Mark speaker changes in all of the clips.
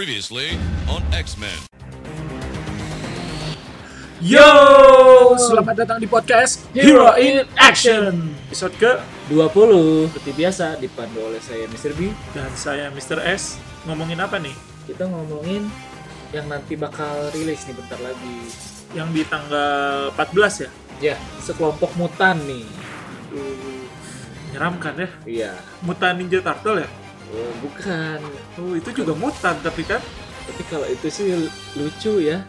Speaker 1: Previously on X Men.
Speaker 2: Yo, selamat datang di podcast Hero in Action Episode ke
Speaker 3: 20 seperti biasa dipandu oleh saya Mr. B
Speaker 2: dan saya Mr. S Ngomongin apa nih?
Speaker 3: kita ngomongin yang nanti bakal rilis nih bentar lagi
Speaker 2: Yang di tanggal 14 ya?
Speaker 3: ya sekelompok mutan nih
Speaker 2: Aduh, menyeramkan ya
Speaker 3: iya
Speaker 2: Mutan Ninja Turtle ya?
Speaker 3: oh, bukan
Speaker 2: Oh, itu juga mutan tapi kan
Speaker 3: tapi kalau itu sih lucu ya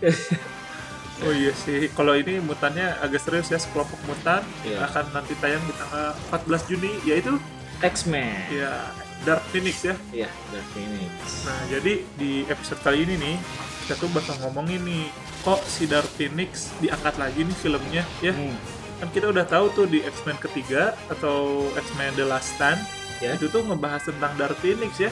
Speaker 2: Oh iya sih, kalau ini mutannya agak serius ya Sekelompok mutan
Speaker 3: Iya.
Speaker 2: akan nanti tayang di tanggal 14 Juni Yaitu
Speaker 3: X-Men
Speaker 2: ya Dark Phoenix ya
Speaker 3: iya Dark Phoenix
Speaker 2: Nah, jadi di episode kali ini nih, kita tuh bakal ngomongin nih, kok si Dark Phoenix diangkat lagi nih filmnya, ya?
Speaker 3: Hmm,
Speaker 2: Kan kita udah tahu tuh di X-Men ketiga atau X-Men The Last Stand,
Speaker 3: ya
Speaker 2: itu tuh ngebahas tentang Dark Phoenix ya.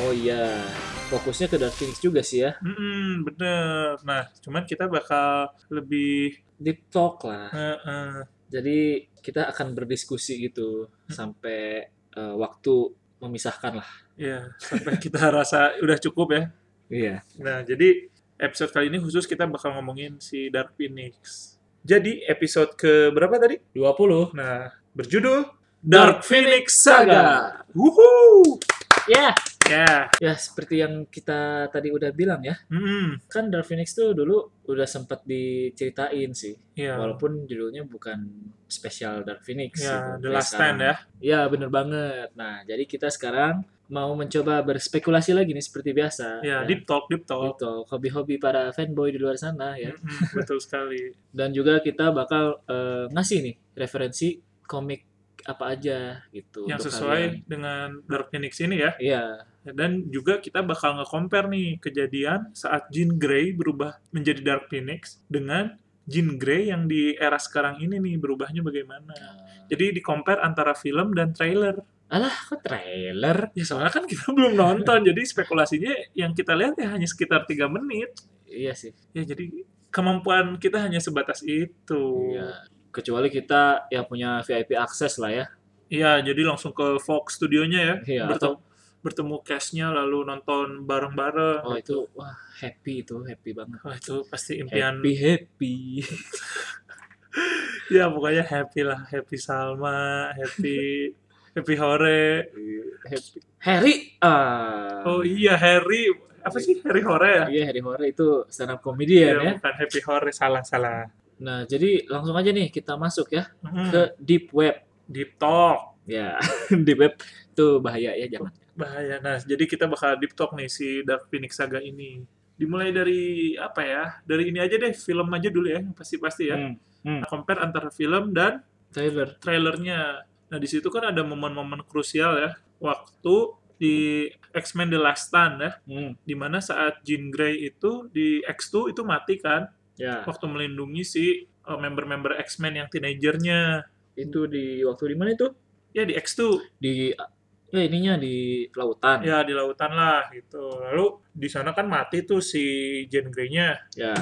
Speaker 3: oh iya fokusnya ke Dark Phoenix juga sih ya
Speaker 2: Hmm, bener. Nah, cuman kita bakal lebih
Speaker 3: deep talk lah
Speaker 2: eh, eh,
Speaker 3: jadi kita akan berdiskusi gitu sampai eh, waktu memisahkan lah
Speaker 2: ya sampai kita rasa udah cukup ya.
Speaker 3: iya
Speaker 2: Nah, jadi episode kali ini khusus kita bakal ngomongin si Dark Phoenix. Jadi episode ke berapa tadi?
Speaker 3: 20
Speaker 2: Nah, berjudul
Speaker 3: Dark
Speaker 2: Phoenix
Speaker 3: Saga.
Speaker 2: Wuhu.
Speaker 3: ya
Speaker 2: Ya.
Speaker 3: ya seperti yang kita tadi udah bilang ya
Speaker 2: Mm-mm.
Speaker 3: kan Dark Phoenix tuh dulu udah sempat diceritain sih
Speaker 2: Ya.
Speaker 3: walaupun judulnya bukan spesial Dark Phoenix
Speaker 2: Ya,
Speaker 3: gitu,
Speaker 2: The
Speaker 3: kayak
Speaker 2: Last Stand ya.
Speaker 3: sekarang. ya bener banget nah jadi kita sekarang mau mencoba berspekulasi lagi nih seperti biasa
Speaker 2: Ya, deep talk, deep talk.
Speaker 3: Gitu, hobi-hobi para fanboy di luar sana ya
Speaker 2: Mm-mm, betul sekali.
Speaker 3: dan juga kita bakal eh, ngasih nih referensi komik apa aja gitu
Speaker 2: Yang
Speaker 3: untuk kalian.
Speaker 2: sesuai dengan Dark Phoenix ini ya.
Speaker 3: iya
Speaker 2: Dan juga kita bakal nge-compare nih kejadian saat Jean Grey berubah menjadi Dark Phoenix dengan Jean Grey yang di era sekarang ini nih berubahnya
Speaker 3: Nah.
Speaker 2: bagaimana. Jadi di-compare antara film dan trailer.
Speaker 3: alah kok trailer
Speaker 2: Ya soalnya kan kita belum nonton, jadi spekulasinya yang kita lihat ya hanya sekitar 3 menit.
Speaker 3: iya sih
Speaker 2: ya jadi kemampuan kita hanya sebatas itu
Speaker 3: Iya. Kecuali kita ya punya VIP akses lah ya.
Speaker 2: Iya, jadi langsung ke Fox studionya ya
Speaker 3: Iya,
Speaker 2: bertemu bertemu cashnya lalu nonton bareng-bareng
Speaker 3: Oh itu wah happy itu happy banget.
Speaker 2: Wah, itu pasti impian
Speaker 3: Happy happy.
Speaker 2: ya pokoknya happy lah happy Salma happy happy Hore
Speaker 3: happy. Harry. ah.
Speaker 2: oh iya Harry apa sih Harry Hore ya Iya,
Speaker 3: Iya, Harry Hore itu stand up comedian ya.
Speaker 2: bukan happy Hore salah salah
Speaker 3: Nah, jadi langsung aja nih kita masuk ya
Speaker 2: Hmm,
Speaker 3: ke deep web.
Speaker 2: deep talk
Speaker 3: Ya, deep web itu bahaya ya jangan.
Speaker 2: bahaya nah jadi kita bakal deep talk nih si Dark Phoenix Saga ini dimulai dari apa ya dari ini aja deh film aja dulu ya pasti pasti ya
Speaker 3: Hmm,
Speaker 2: Nah, compare antara film dan
Speaker 3: Trailer.
Speaker 2: trailernya. Nah, di situ kan ada momen-momen krusial ya. Waktu di X-Men The Last Stand ya,
Speaker 3: Hmm,
Speaker 2: di mana saat Jean Grey itu di X2 itu mati kan,
Speaker 3: Ya,
Speaker 2: waktu melindungi si eh, member-member X-Men yang teenagernya.
Speaker 3: itu di waktu di mana itu?
Speaker 2: Ya di X2,
Speaker 3: Di ya ininya di lautan.
Speaker 2: ya di lautan lah gitu. Lalu di sana kan mati tuh si Jean Grey-nya.
Speaker 3: Ya.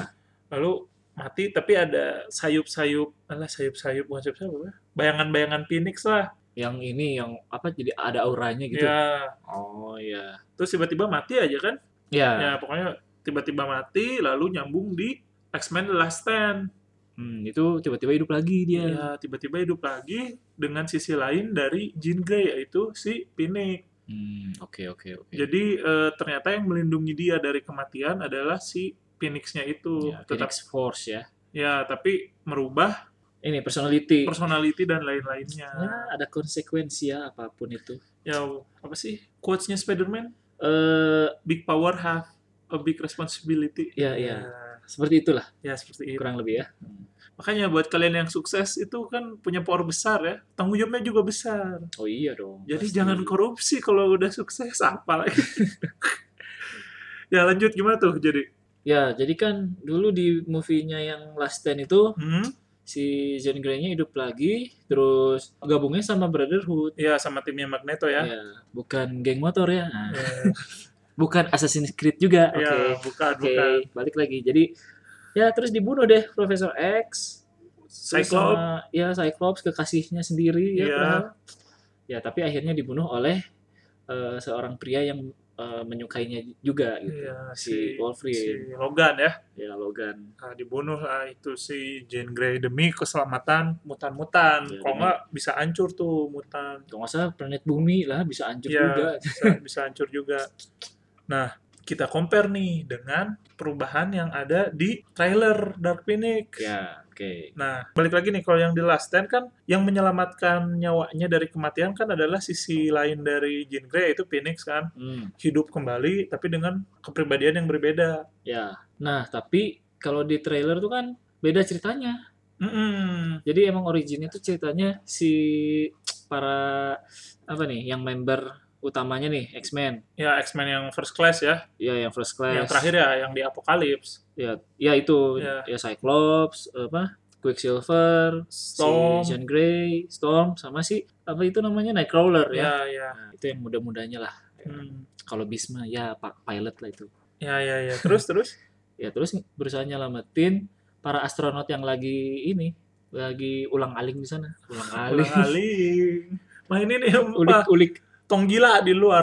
Speaker 2: Lalu mati tapi ada sayup-sayup, alah sayup-sayup bukan sayup-sayup apa? ya? Bayangan-bayangan Phoenix lah.
Speaker 3: Yang ini yang apa jadi ada auranya gitu.
Speaker 2: Ya,
Speaker 3: Oh iya.
Speaker 2: terus tiba-tiba mati aja kan.
Speaker 3: Ya.
Speaker 2: Ya, pokoknya tiba-tiba mati, lalu nyambung di X-Men The Last Stand.
Speaker 3: Hmm, itu tiba-tiba hidup lagi dia.
Speaker 2: Ya, tiba-tiba hidup lagi dengan sisi lain dari Jean Grey, yaitu si Phoenix.
Speaker 3: Hmm, oke oke oke.
Speaker 2: Jadi, eh, ternyata yang melindungi dia dari kematian adalah si Phoenix-nya itu.
Speaker 3: Ya,
Speaker 2: Tetap,
Speaker 3: Phoenix Force ya.
Speaker 2: ya, tapi merubah
Speaker 3: Ini personality.
Speaker 2: personality dan lain-lainnya.
Speaker 3: Ya, ada konsekuensi ya apapun itu.
Speaker 2: Ya, apa sih quotes-nya Spider-Man?
Speaker 3: Eh
Speaker 2: Big power have a big responsibility.
Speaker 3: Ya, ya. seperti itulah
Speaker 2: Ya, seperti itu.
Speaker 3: kurang lebih ya.
Speaker 2: Makanya buat kalian yang sukses itu kan punya power besar ya. Tanggung jawabnya juga besar.
Speaker 3: Oh iya dong.
Speaker 2: Jadi
Speaker 3: pasti.
Speaker 2: jangan korupsi kalau udah sukses apa lagi. ya lanjut gimana tuh jadi?
Speaker 3: Ya, jadi kan dulu di movie-nya yang Last Stand itu
Speaker 2: Hmm?
Speaker 3: si Jean Grey-nya hidup lagi terus gabungnya sama Brotherhood.
Speaker 2: Ya sama timnya Magneto ya.
Speaker 3: Ya, bukan geng motor ya. Nah,
Speaker 2: Eh,
Speaker 3: bukan Assassin's Creed juga. Oke.
Speaker 2: Ya, bukan
Speaker 3: Oke,
Speaker 2: bukan.
Speaker 3: balik lagi. Jadi ya terus dibunuh deh Profesor X. Terus
Speaker 2: Cyclops.
Speaker 3: sama- ya Cyclops kekasihnya sendiri ya.
Speaker 2: Iya.
Speaker 3: padahal. Ya, tapi akhirnya dibunuh oleh eh, seorang pria yang eh, eh, menyukainya juga gitu.
Speaker 2: Iya,
Speaker 3: si
Speaker 2: si, si
Speaker 3: Wolverine,
Speaker 2: Logan ya
Speaker 3: ya Logan.
Speaker 2: Nah, dibunuh lah itu si Jean Grey demi keselamatan mutan-mutan.
Speaker 3: Iya,
Speaker 2: Kalau nggak bisa hancur tuh mutan.
Speaker 3: Kalau nggak salah planet bumi lah bisa hancur
Speaker 2: Iya.
Speaker 3: juga.
Speaker 2: Bisa, bisa hancur juga. Nah, kita compare nih dengan perubahan yang ada di trailer Dark Phoenix.
Speaker 3: Ya, oke.
Speaker 2: Nah, balik lagi nih kalau yang di Last Stand kan yang menyelamatkan nyawanya dari kematian kan adalah sisi lain dari Jean Grey itu Phoenix kan
Speaker 3: Hmm,
Speaker 2: hidup kembali tapi dengan kepribadian yang berbeda.
Speaker 3: ya. Nah, tapi kalau di trailer tuh kan beda ceritanya.
Speaker 2: Mm-mm.
Speaker 3: Jadi emang originnya tuh ceritanya si para apa nih yang member utamanya nih X-Men.
Speaker 2: Ya X-Men yang first class ya,
Speaker 3: Ya yang first class.
Speaker 2: yang terakhir ya yang di Apokalips.
Speaker 3: Ya, ya itu
Speaker 2: Ya.
Speaker 3: ya Cyclops apa Quicksilver,
Speaker 2: Storm.
Speaker 3: si Jean Grey, Storm sama si apa itu namanya Nightcrawler ya.
Speaker 2: Ya ya.
Speaker 3: Nah, itu yang muda-mudanya lah.
Speaker 2: Hmm.
Speaker 3: Kalau Bisma ya Pak Pilot lah itu.
Speaker 2: Ya ya ya. Terus terus.
Speaker 3: Ya terus berusaha nyelamatin para astronot yang lagi ini lagi ulang aling di sana. Ulang aling.
Speaker 2: Ulang aling. Mainin yang apa?
Speaker 3: Ulik-ulik
Speaker 2: Tong gila di luar.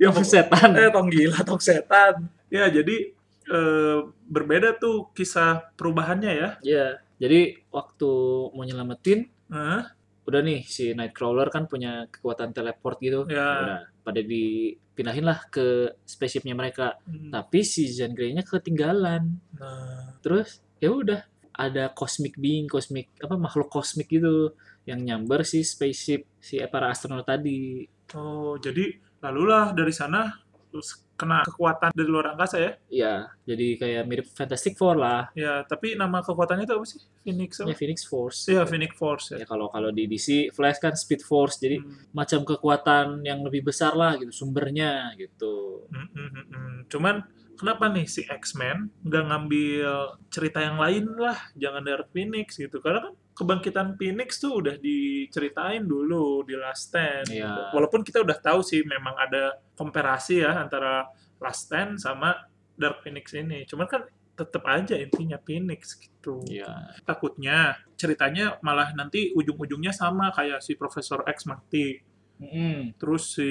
Speaker 3: yang
Speaker 2: Apa?
Speaker 3: setan.
Speaker 2: eh tong gila, tong setan. Ya jadi eh, berbeda tuh kisah perubahannya ya.
Speaker 3: Ya, jadi waktu mau nyelamatin
Speaker 2: Heeh.
Speaker 3: udah nih si Nightcrawler kan punya kekuatan teleport gitu.
Speaker 2: Ya.
Speaker 3: Udah pada dipindahin lah ke spaceshipnya mereka.
Speaker 2: Hmm.
Speaker 3: Tapi si Jean Grey-nya ketinggalan.
Speaker 2: Nah,
Speaker 3: Terus ya udah ada cosmic being, cosmic apa makhluk kosmik gitu yang nyamber si spaceship si eh, para astronot tadi.
Speaker 2: oh jadi lalulah dari sana terus kena kekuatan dari luar angkasa ya.
Speaker 3: Ya, jadi kayak mirip Fantastic Four lah,
Speaker 2: Ya, tapi nama kekuatannya itu apa sih? Phoenix
Speaker 3: ya
Speaker 2: apa?
Speaker 3: Phoenix Force.
Speaker 2: Ya, Phoenix Force ya.
Speaker 3: Ya kalau kalau di DC Flash kan Speed Force, jadi
Speaker 2: Hmm.
Speaker 3: macam kekuatan yang lebih besar lah gitu sumbernya gitu.
Speaker 2: Mm, mm, mm, mm. Cuman kenapa nih si X-Men nggak ngambil cerita yang lain lah, jangan Dark Phoenix gitu. Karena kan kebangkitan Phoenix tuh udah diceritain dulu di Last Stand.
Speaker 3: Iya.
Speaker 2: gitu. Walaupun kita udah tahu sih memang ada komparasi ya antara Last Stand sama Dark Phoenix ini. Cuman kan tetap aja intinya Phoenix gitu.
Speaker 3: Ya,
Speaker 2: Takutnya ceritanya malah nanti ujung-ujungnya sama kayak si Profesor X mati Hmm. terus si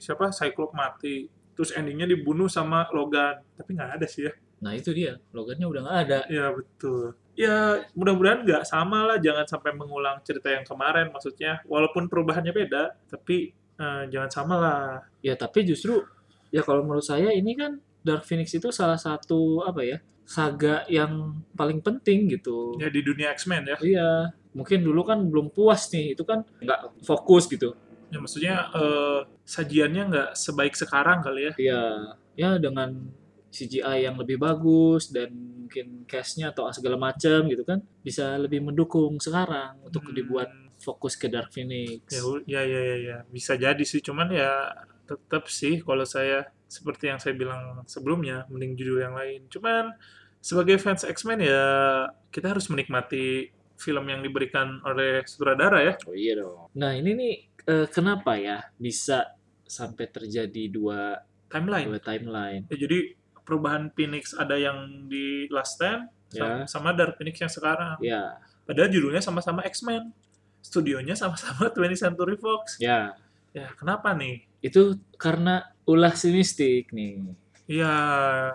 Speaker 2: siapa Cyclops mati terus endingnya dibunuh sama Logan tapi nggak ada sih ya
Speaker 3: Nah itu dia, logannya udah nggak ada.
Speaker 2: ya betul ya mudah-mudahan nggak sama lah jangan sampai mengulang cerita yang kemarin maksudnya walaupun perubahannya beda tapi eh, jangan sama lah
Speaker 3: Ya tapi justru ya kalau menurut saya ini kan Dark Phoenix itu salah satu apa ya saga yang paling penting gitu.
Speaker 2: ya di dunia X-Men ya
Speaker 3: Iya, mungkin dulu kan belum puas nih itu kan nggak fokus gitu.
Speaker 2: ya maksudnya eh, sajiannya nggak sebaik sekarang kali ya
Speaker 3: Iya, ya dengan CGI yang lebih bagus dan mungkin cashnya atau segala macam gitu kan bisa lebih mendukung sekarang untuk
Speaker 2: Hmm,
Speaker 3: dibuat fokus ke Dark Phoenix.
Speaker 2: ya u- ya ya ya, ya. bisa jadi sih cuman ya tetap sih kalau saya seperti yang saya bilang sebelumnya mending judul yang lain cuman sebagai fans X-Men ya kita harus menikmati film yang diberikan oleh sutradara ya
Speaker 3: Oh iya dong. Nah ini nih eh, kenapa ya bisa sampai terjadi dua
Speaker 2: timeline
Speaker 3: dua timeline?
Speaker 2: Ya, jadi perubahan Phoenix ada yang di Last Stand
Speaker 3: Ya.
Speaker 2: sam- sama Dark Phoenix yang sekarang
Speaker 3: Ya,
Speaker 2: padahal judulnya sama-sama X-Men studionya sama-sama 20th Century Fox
Speaker 3: ya.
Speaker 2: ya kenapa nih
Speaker 3: Itu karena ulah sinistik nih.
Speaker 2: Iya,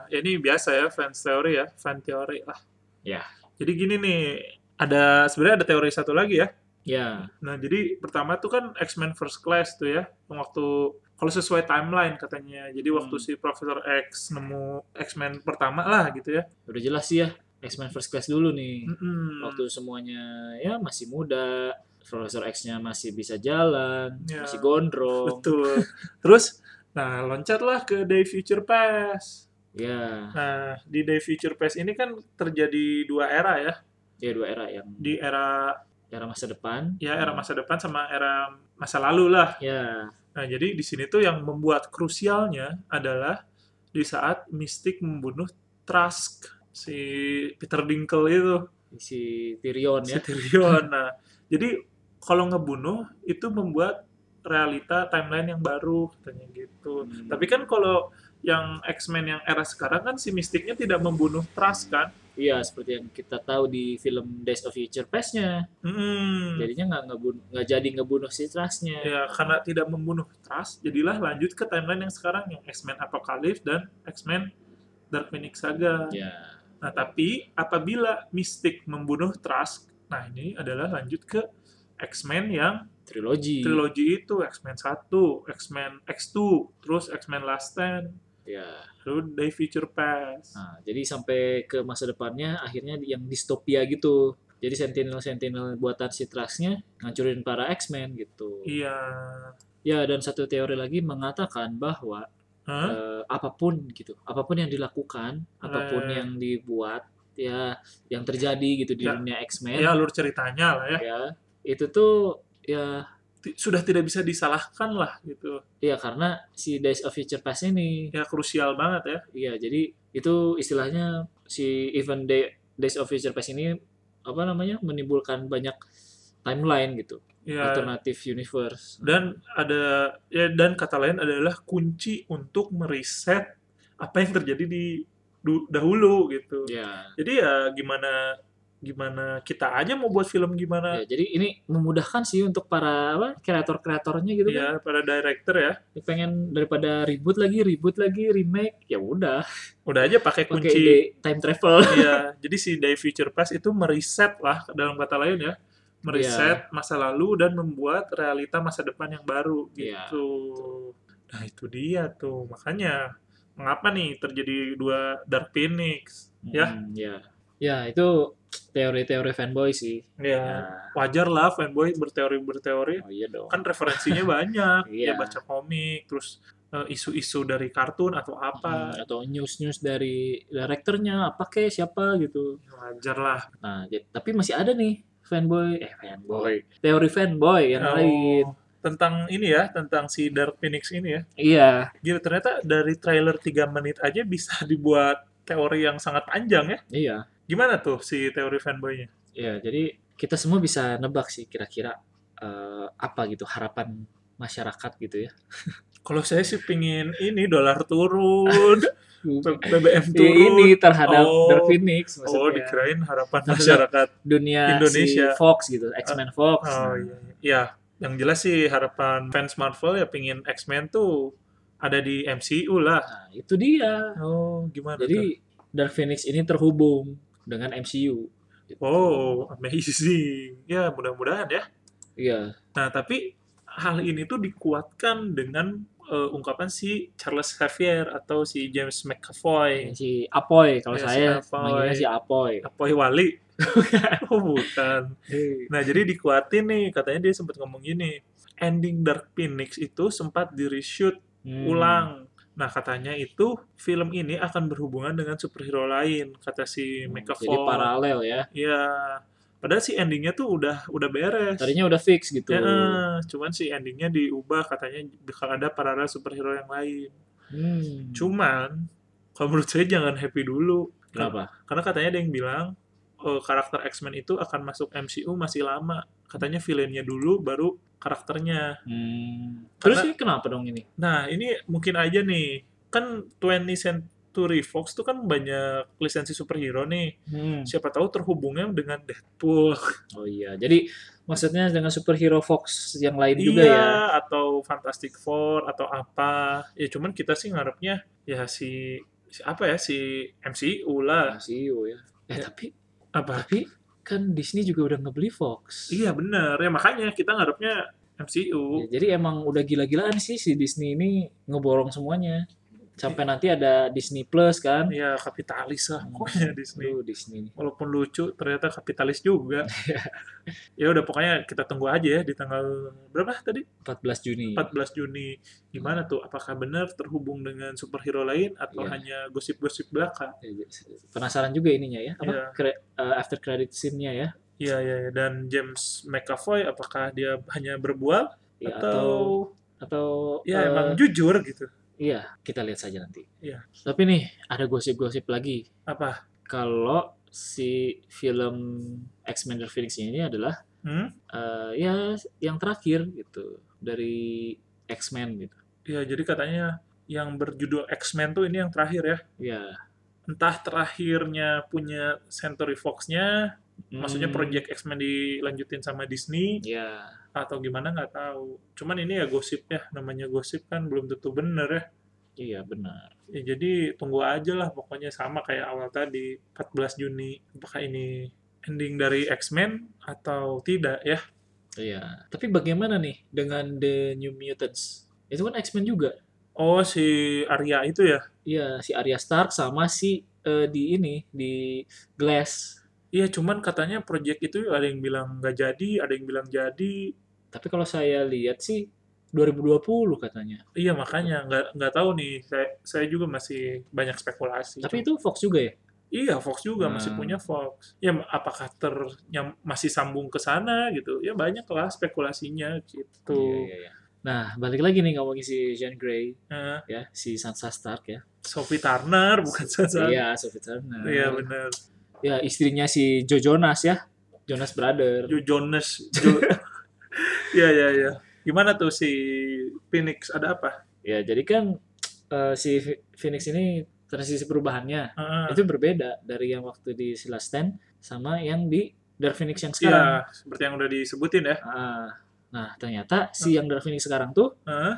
Speaker 2: ya ini biasa ya fans teori ya, fan teori lah.
Speaker 3: Ya.
Speaker 2: Jadi gini nih, ada sebenarnya ada teori satu lagi ya.
Speaker 3: Ya,
Speaker 2: Nah, jadi pertama tuh kan X-Men First Class tuh ya, waktu kalau sesuai timeline katanya. Jadi waktu
Speaker 3: Hmm.
Speaker 2: si Profesor X nemu X-Men pertama lah gitu ya.
Speaker 3: udah jelas sih ya. X-Men First Class dulu nih.
Speaker 2: Mm-mm.
Speaker 3: Iya. Waktu semuanya ya masih muda, Profesor X-nya masih bisa jalan,
Speaker 2: Ya.
Speaker 3: masih gondrong.
Speaker 2: Betul. Terus nah loncatlah ke Day Future Past.
Speaker 3: Ya,
Speaker 2: Nah, di Day Future Past ini kan terjadi dua era ya,
Speaker 3: ya dua era yang
Speaker 2: di era
Speaker 3: era masa depan.
Speaker 2: ya era masa depan sama era masa lalu lah.
Speaker 3: Ya,
Speaker 2: Nah, jadi di sini tuh yang membuat krusialnya adalah di saat Mystic membunuh Trask, si Peter Dinkle itu,
Speaker 3: si Tyrion
Speaker 2: si
Speaker 3: ya.
Speaker 2: Tyrion. Nah, jadi kalau ngebunuh itu membuat realita timeline yang baru katanya gitu.
Speaker 3: Hmm.
Speaker 2: Tapi kan kalau yang X-Men yang era sekarang kan si Mystic-nya tidak membunuh Trask kan,
Speaker 3: Iya, seperti yang kita tahu di film Days of Future Past-nya.
Speaker 2: Hmm.
Speaker 3: Jadinya nggak ngebun nggak jadi ngebunuh si Trust-nya.
Speaker 2: Ya, karena tidak membunuh Trust, jadilah lanjut ke timeline yang sekarang yang X-Men Apocalypse dan X-Men Dark Phoenix Saga.
Speaker 3: Ya.
Speaker 2: Nah, tapi apabila Mystic membunuh Trask, nah ini adalah lanjut ke X-Men yang
Speaker 3: Trilogi.
Speaker 2: trilogi itu X-Men 1, X-Men X2, terus X-Men Last Stand,
Speaker 3: Ya.
Speaker 2: lalu Day Future Past.
Speaker 3: Nah, jadi sampai ke masa depannya akhirnya yang distopia gitu. Jadi Sentinel-Sentinel buatan si Trust-nya ngancurin para X-Men gitu.
Speaker 2: Iya.
Speaker 3: Ya, dan satu teori lagi mengatakan bahwa
Speaker 2: Hah?
Speaker 3: eh, apapun gitu, apapun yang dilakukan, apapun
Speaker 2: Eh.
Speaker 3: yang dibuat, ya yang terjadi gitu di
Speaker 2: Ya.
Speaker 3: dunia X-Men,
Speaker 2: Ya, alur ceritanya lah ya.
Speaker 3: ya itu tuh ya
Speaker 2: Ti- Sudah tidak bisa disalahkan lah gitu.
Speaker 3: ya karena si Days of Future Past ini,
Speaker 2: Ya, krusial banget ya.
Speaker 3: ya jadi itu istilahnya si event Day, Days of Future Past ini apa namanya menimbulkan banyak timeline gitu,
Speaker 2: Ya,
Speaker 3: alternative universe.
Speaker 2: dan ada ya dan kata lain adalah kunci untuk meriset apa yang terjadi di du- dahulu gitu.
Speaker 3: Ya,
Speaker 2: Jadi ya gimana gimana kita aja mau buat film gimana
Speaker 3: ya, jadi ini memudahkan sih untuk para apa kreator-kreatornya gitu
Speaker 2: ya
Speaker 3: kan.
Speaker 2: pada director ya.
Speaker 3: pengen daripada ribut lagi ribut lagi remake ya udah
Speaker 2: Udah aja pakai
Speaker 3: pakai
Speaker 2: kunci.
Speaker 3: ide time travel
Speaker 2: Iya, jadi si Day Future Past itu meriset lah dalam kata lain ya.
Speaker 3: Iya.
Speaker 2: Meriset masa lalu dan membuat realita masa depan yang baru
Speaker 3: Iya,
Speaker 2: gitu. Nah, itu dia tuh. Makanya mengapa nih terjadi dua Dark Phoenix ya?
Speaker 3: Hmm, ya ya itu teori-teori fanboy sih
Speaker 2: Ya,
Speaker 3: Ya.
Speaker 2: wajar lah fanboy berteori-berteori.
Speaker 3: oh iya dong
Speaker 2: kan referensinya banyak ya
Speaker 3: Iya.
Speaker 2: baca komik terus eh, isu-isu dari kartun atau apa
Speaker 3: Hmm, atau news-news dari direkturnya apa kek siapa gitu
Speaker 2: wajar lah
Speaker 3: nah j- tapi masih ada nih fanboy eh fanboy teori fanboy yang
Speaker 2: Oh,
Speaker 3: lain
Speaker 2: tentang ini ya tentang si Dark Phoenix ini ya
Speaker 3: iya
Speaker 2: gila ternyata dari trailer 3 menit aja bisa dibuat teori yang sangat panjang ya
Speaker 3: iya
Speaker 2: gimana tuh si teori fanboynya
Speaker 3: ya jadi kita semua bisa nebak sih kira-kira eh, apa gitu harapan masyarakat gitu ya
Speaker 2: kalau saya sih pingin ini dolar turun B- BBM
Speaker 3: Ya,
Speaker 2: turun
Speaker 3: ini terhadap
Speaker 2: Oh.
Speaker 3: Dark Phoenix
Speaker 2: oh
Speaker 3: maksudnya.
Speaker 2: dikirain harapan
Speaker 3: Terhadap-
Speaker 2: masyarakat
Speaker 3: dunia
Speaker 2: Indonesia.
Speaker 3: si Fox gitu, X-Men Fox.
Speaker 2: Oh iya,
Speaker 3: Nah,
Speaker 2: iya. Ya, yang jelas sih harapan fans Marvel ya pingin X-Men tuh ada di MCU lah.
Speaker 3: nah, itu dia.
Speaker 2: Oh, gimana tuh?
Speaker 3: Jadi Dark Phoenix ini terhubung dengan MCU. Gitu.
Speaker 2: Wow, amazing. Ya, mudah-mudahan ya.
Speaker 3: Iya,
Speaker 2: Nah, tapi hal ini tuh dikuatkan dengan eh, ungkapan si Charles Xavier atau si James McAvoy.
Speaker 3: si Apoy
Speaker 2: Iya,
Speaker 3: kalau
Speaker 2: si
Speaker 3: saya
Speaker 2: Apoy.
Speaker 3: manggilnya si Apoy.
Speaker 2: Apoy Wali. oh, bukan. Nah, jadi dikuatin nih. Katanya dia sempat ngomong gini. Ending Dark Phoenix itu sempat di-reshoot
Speaker 3: Hmm.
Speaker 2: ulang. Nah, katanya itu film ini akan berhubungan dengan superhero lain, kata si
Speaker 3: Hmm,
Speaker 2: McAvoy.
Speaker 3: Jadi paralel ya.
Speaker 2: Iya. Padahal si endingnya tuh udah udah beres.
Speaker 3: Tadinya udah fix gitu.
Speaker 2: Ya, eh, cuman si endingnya diubah katanya bakal ada paralel superhero yang lain.
Speaker 3: Hmm.
Speaker 2: Cuman kalau menurut saya jangan happy dulu.
Speaker 3: Kenapa?
Speaker 2: Karena katanya ada yang bilang eh, karakter X-Men itu akan masuk MCU masih lama. Katanya villainnya dulu baru karakternya.
Speaker 3: Hmm. Terus
Speaker 2: Karena-
Speaker 3: ini kenapa dong ini?
Speaker 2: Nah, ini mungkin aja nih. Kan 20 Century Fox tuh kan banyak lisensi superhero nih. Siapa tahu terhubungnya dengan Deadpool.
Speaker 3: Oh iya, jadi maksudnya dengan superhero Fox yang lain juga
Speaker 2: iya,
Speaker 3: ya.
Speaker 2: atau Fantastic Four atau apa. Ya cuman kita sih ngarepnya ya si, si apa ya si MCU lah.
Speaker 3: MCU ya. Eh tapi
Speaker 2: Apa?
Speaker 3: tapi kan Disney juga udah ngebeli Fox.
Speaker 2: Iya bener. Ya makanya kita ngarepnya
Speaker 3: Ya,
Speaker 2: MCU.
Speaker 3: jadi emang udah gila-gilaan sih si Disney ini ngeborong semuanya.
Speaker 2: Iya.
Speaker 3: Sampai nanti ada Disney Plus kan.
Speaker 2: Ya kapitalis lah pokoknya Disney.
Speaker 3: Aduh, Disney.
Speaker 2: Walaupun lucu, ternyata kapitalis juga. ya udah pokoknya kita tunggu aja ya di tanggal berapa tadi?
Speaker 3: 14 Juni.
Speaker 2: 14 Juni gimana tuh apakah benar terhubung dengan superhero lain atau
Speaker 3: Iya.
Speaker 2: hanya gosip-gosip belaka
Speaker 3: Ya, Penasaran juga ininya ya. Apa?
Speaker 2: Iya.
Speaker 3: Cre- eh, after credit scene-nya ya.
Speaker 2: iya iya iya. dan James McAvoy apakah dia hanya berbual
Speaker 3: Ya, atau
Speaker 2: atau
Speaker 3: atau
Speaker 2: ya
Speaker 3: eh,
Speaker 2: emang jujur gitu
Speaker 3: iya, kita lihat saja nanti.
Speaker 2: Iya.
Speaker 3: Tapi nih ada gosip-gosip lagi
Speaker 2: apa
Speaker 3: kalau si film X-Men Dark Phoenix ini adalah
Speaker 2: hmm?
Speaker 3: eh, ya yang terakhir gitu dari X-Men gitu.
Speaker 2: Iya, ya jadi katanya yang berjudul X-Men tuh ini yang terakhir ya
Speaker 3: Ya,
Speaker 2: entah terakhirnya punya Century Fox-nya,
Speaker 3: Hmm.
Speaker 2: maksudnya Project X-Men dilanjutin sama Disney
Speaker 3: Ya,
Speaker 2: atau gimana nggak tahu. Cuman ini ya gosip ya, namanya gosip kan belum tentu bener ya.
Speaker 3: iya benar.
Speaker 2: Ya, jadi tunggu aja lah pokoknya sama kayak awal tadi 14 Juni apakah ini ending dari X-Men atau tidak ya
Speaker 3: Iya. Tapi bagaimana nih dengan The New Mutants? Itu kan X-Men juga.
Speaker 2: oh si Arya itu ya
Speaker 3: Iya, si Arya Stark sama si eh, di ini di Glass.
Speaker 2: iya cuman katanya project itu ada yang bilang nggak jadi ada yang bilang jadi
Speaker 3: Tapi kalau saya lihat sih 2020 katanya.
Speaker 2: iya makanya nggak nggak tahu nih saya saya juga masih banyak spekulasi
Speaker 3: Tapi itu Fox juga ya?
Speaker 2: iya Fox juga masih
Speaker 3: Hmm.
Speaker 2: punya Fox ya apakah ter yang masih sambung ke sana gitu ya banyak lah spekulasinya gitu
Speaker 3: iya, iya. Nah, balik lagi nih ngomongin si Jean Grey
Speaker 2: Nah,
Speaker 3: ya, si Sansa Stark ya.
Speaker 2: Sophie Turner bukan Sansa
Speaker 3: Iya, Sophie Turner.
Speaker 2: Iya benar.
Speaker 3: Ya, istrinya si Joe Jonas ya. Jonas Brother.
Speaker 2: Joe Jonas. Jo- Iya iya iya. Gimana tuh si Phoenix ada apa?
Speaker 3: Ya, jadi kan eh, si Phoenix ini transisi perubahannya
Speaker 2: Heeh.
Speaker 3: itu berbeda dari yang waktu di The Last Stand sama yang di Dark Phoenix yang
Speaker 2: Iya,
Speaker 3: sekarang.
Speaker 2: seperti yang udah disebutin ya.
Speaker 3: Ah, nah, ternyata si yang Dark Phoenix sekarang tuh
Speaker 2: Heeh.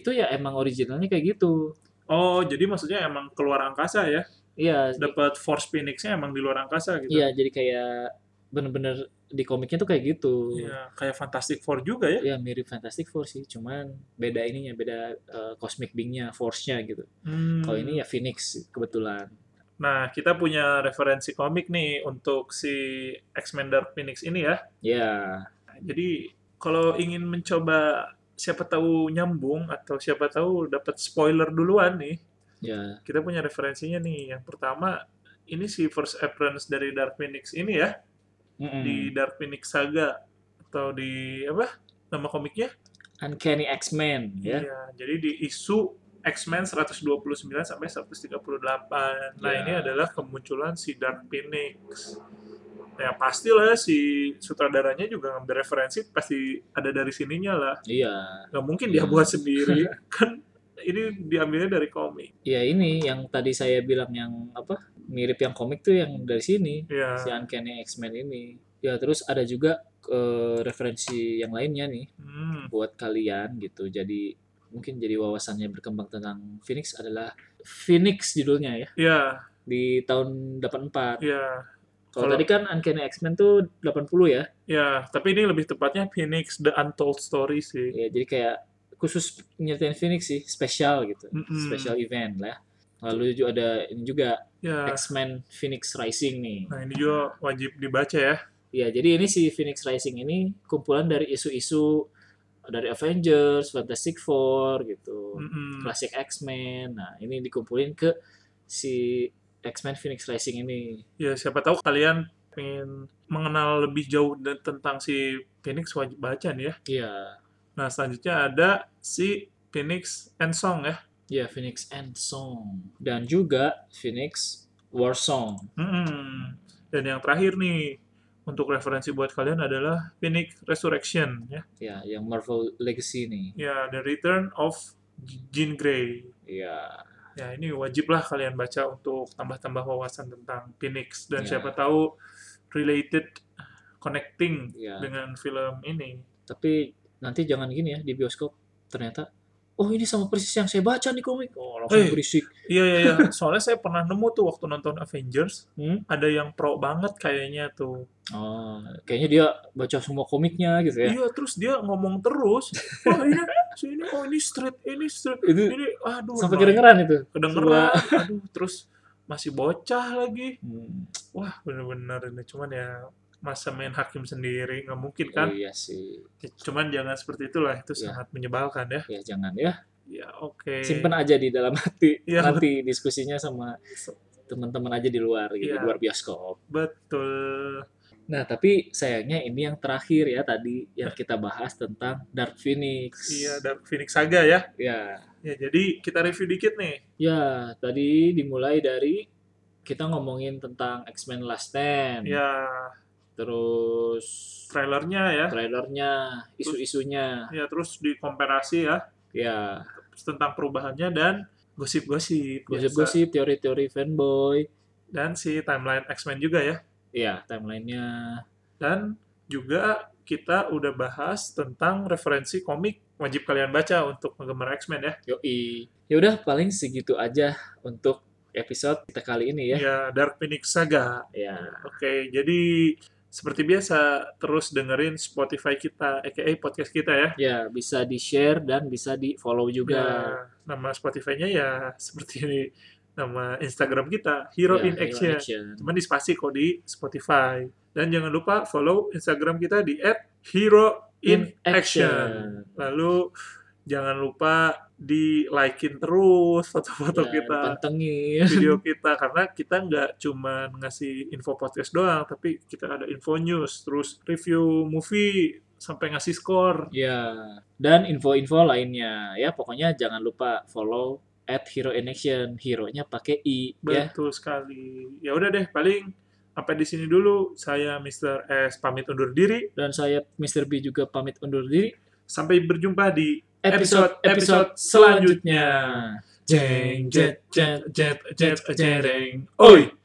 Speaker 3: itu ya emang originalnya kayak gitu.
Speaker 2: Oh, jadi maksudnya emang keluar angkasa ya?
Speaker 3: Iya,
Speaker 2: Dapat Force Phoenix-nya emang di luar angkasa gitu.
Speaker 3: iya jadi kayak bener-bener di komiknya tuh kayak gitu.
Speaker 2: Iya, kayak Fantastic Four juga ya?
Speaker 3: Ya mirip Fantastic Four sih, cuman beda ininya, beda eh, cosmic being-nya, force-nya gitu.
Speaker 2: Hmm.
Speaker 3: Kalau ini ya Phoenix kebetulan.
Speaker 2: Nah, kita punya referensi komik nih untuk si X-Men Dark Phoenix ini ya.
Speaker 3: Ya,
Speaker 2: Jadi kalau ingin mencoba siapa tahu nyambung atau siapa tahu dapat spoiler duluan nih,
Speaker 3: ya,
Speaker 2: kita punya referensinya nih. Yang pertama ini si first appearance dari Dark Phoenix ini ya
Speaker 3: Mm-mm.
Speaker 2: di Dark Phoenix Saga atau di apa nama komiknya?
Speaker 3: Uncanny X-Men ya.
Speaker 2: Iya, jadi di isu X-Men 129 sampai 138. Nah,
Speaker 3: Iya.
Speaker 2: ini adalah kemunculan si Dark Phoenix. Ya pastilah si sutradaranya juga ngambil referensi pasti ada dari sininya lah.
Speaker 3: Iya.
Speaker 2: Nggak mungkin dia buat sendiri. kan ini diambilnya dari komik.
Speaker 3: Ya ini yang tadi saya bilang yang apa? Mirip yang komik tuh yang dari sini.
Speaker 2: Ya.
Speaker 3: si Uncanny X-Men ini. Ya terus ada juga eh, referensi yang lainnya nih
Speaker 2: Hmm.
Speaker 3: buat kalian gitu. Jadi mungkin jadi wawasannya berkembang tentang Phoenix adalah Phoenix judulnya ya
Speaker 2: Ya,
Speaker 3: di tahun 84.
Speaker 2: ya.
Speaker 3: Kalau
Speaker 2: Kalau-
Speaker 3: tadi kan Uncanny X-Men tuh 80 ya.
Speaker 2: Ya, tapi ini lebih tepatnya Phoenix The Untold Story sih.
Speaker 3: Ya jadi kayak khusus nyeritain Phoenix sih, spesial gitu.
Speaker 2: Mm-mm.
Speaker 3: Special event lah. Lalu juga ada ini juga
Speaker 2: Ya.
Speaker 3: X-Men Phoenix Rising nih.
Speaker 2: Nah, ini juga wajib dibaca ya.
Speaker 3: Ya, jadi ini si Phoenix Rising ini kumpulan dari isu-isu dari Avengers, Fantastic Four gitu,
Speaker 2: Mm-mm.
Speaker 3: klasik X-Men. Nah, ini dikumpulin ke si X-Men Phoenix Rising ini.
Speaker 2: Ya, siapa tahu kalian pengen mengenal lebih jauh de- tentang si Phoenix wajib baca nih ya.
Speaker 3: Iya.
Speaker 2: Nah, selanjutnya ada si Phoenix and Song ya.
Speaker 3: Ya, Phoenix and Song dan juga Phoenix War Song.
Speaker 2: Mm-mm. Dan yang terakhir nih untuk referensi buat kalian adalah Phoenix Resurrection ya.
Speaker 3: Ya, yang Marvel Legacy nih.
Speaker 2: Ya, The Return of Jean Grey.
Speaker 3: Iya.
Speaker 2: Ya, ini wajiblah kalian baca untuk tambah-tambah wawasan tentang Phoenix dan
Speaker 3: Ya.
Speaker 2: siapa tahu related connecting
Speaker 3: Ya.
Speaker 2: dengan film ini.
Speaker 3: Tapi nanti jangan gini ya di bioskop ternyata oh ini sama persis yang saya baca nih komik. Oh, langsung
Speaker 2: Eh.
Speaker 3: berisik.
Speaker 2: Iya, iya, iya. Soalnya saya pernah nemu tuh waktu nonton Avengers,
Speaker 3: Hmm?
Speaker 2: ada yang pro banget kayaknya tuh.
Speaker 3: Oh, kayaknya dia baca semua komiknya gitu ya.
Speaker 2: Iya, terus dia ngomong terus. Wah, ini, si ini, oh ini street, ini street,
Speaker 3: Itu
Speaker 2: ini, aduh.
Speaker 3: sampai
Speaker 2: main-
Speaker 3: kedengeran itu.
Speaker 2: kedengeran. Aduh, terus masih bocah lagi.
Speaker 3: Hmm,
Speaker 2: Wah, bener-bener ini. Cuman ya, masa main hakim sendiri, nggak mungkin kan.
Speaker 3: Iya sih.
Speaker 2: Ya, Cuman jangan seperti itulah, itu
Speaker 3: Ya.
Speaker 2: sangat menyebalkan ya.
Speaker 3: Ya jangan ya.
Speaker 2: Ya oke.
Speaker 3: Simpen aja di dalam hati.
Speaker 2: Iya,
Speaker 3: Nanti diskusinya sama teman-teman aja di luar gitu,
Speaker 2: Iya.
Speaker 3: di luar bioskop.
Speaker 2: Betul.
Speaker 3: Nah, tapi sayangnya ini yang terakhir ya tadi yang kita bahas tentang Dark Phoenix.
Speaker 2: Nah. Iya, Dark Phoenix Saga ya.
Speaker 3: Ya.
Speaker 2: Ya jadi kita review dikit nih.
Speaker 3: Ya, tadi dimulai dari kita ngomongin tentang X-Men Last Stand.
Speaker 2: Ya
Speaker 3: Terus
Speaker 2: trailernya ya.
Speaker 3: trailernya, isu-isunya.
Speaker 2: Ya terus dikomparasi ya
Speaker 3: Ya,
Speaker 2: tentang perubahannya dan gosip-gosip. biasa.
Speaker 3: gosip-gosip, teori-teori fanboy.
Speaker 2: dan si timeline X-Men juga ya.
Speaker 3: Iya, timelinenya
Speaker 2: Dan juga kita udah bahas tentang referensi komik wajib kalian baca untuk penggemar X-Men ya.
Speaker 3: yoi. Ya udah paling segitu aja untuk episode kita kali ini ya.
Speaker 2: Ya, Dark Phoenix Saga.
Speaker 3: Ya,
Speaker 2: Oke, jadi seperti biasa terus dengerin Spotify kita, aka podcast kita ya.
Speaker 3: ya bisa di-share dan bisa di-follow
Speaker 2: Ya,
Speaker 3: juga.
Speaker 2: nama Spotify-nya ya seperti ini nama Instagram kita, Iya, Hero
Speaker 3: Ya,
Speaker 2: in Action. Cuman di spasi kok di Spotify. Dan jangan lupa follow Instagram kita di @hero in action.
Speaker 3: Ya,
Speaker 2: Lalu jangan lupa di likein terus foto-foto
Speaker 3: Dan
Speaker 2: kita,
Speaker 3: pantengin.
Speaker 2: video kita karena kita nggak cuma ngasih info podcast doang, tapi kita ada info news, terus review movie sampai ngasih skor.
Speaker 3: Ya, dan info-info lainnya ya. Pokoknya jangan lupa follow at Hero in Action. Hero-nya pakai I ya.
Speaker 2: Betul sekali. Ya udah deh, paling sampai di sini dulu. Saya Mr. S pamit undur diri.
Speaker 3: Dan saya Mr. B juga pamit undur diri.
Speaker 2: Sampai berjumpa di
Speaker 3: Episode-episode
Speaker 2: Episode-episode
Speaker 3: selanjutnya.
Speaker 2: jeng jet jet jet jet jereng. Oi.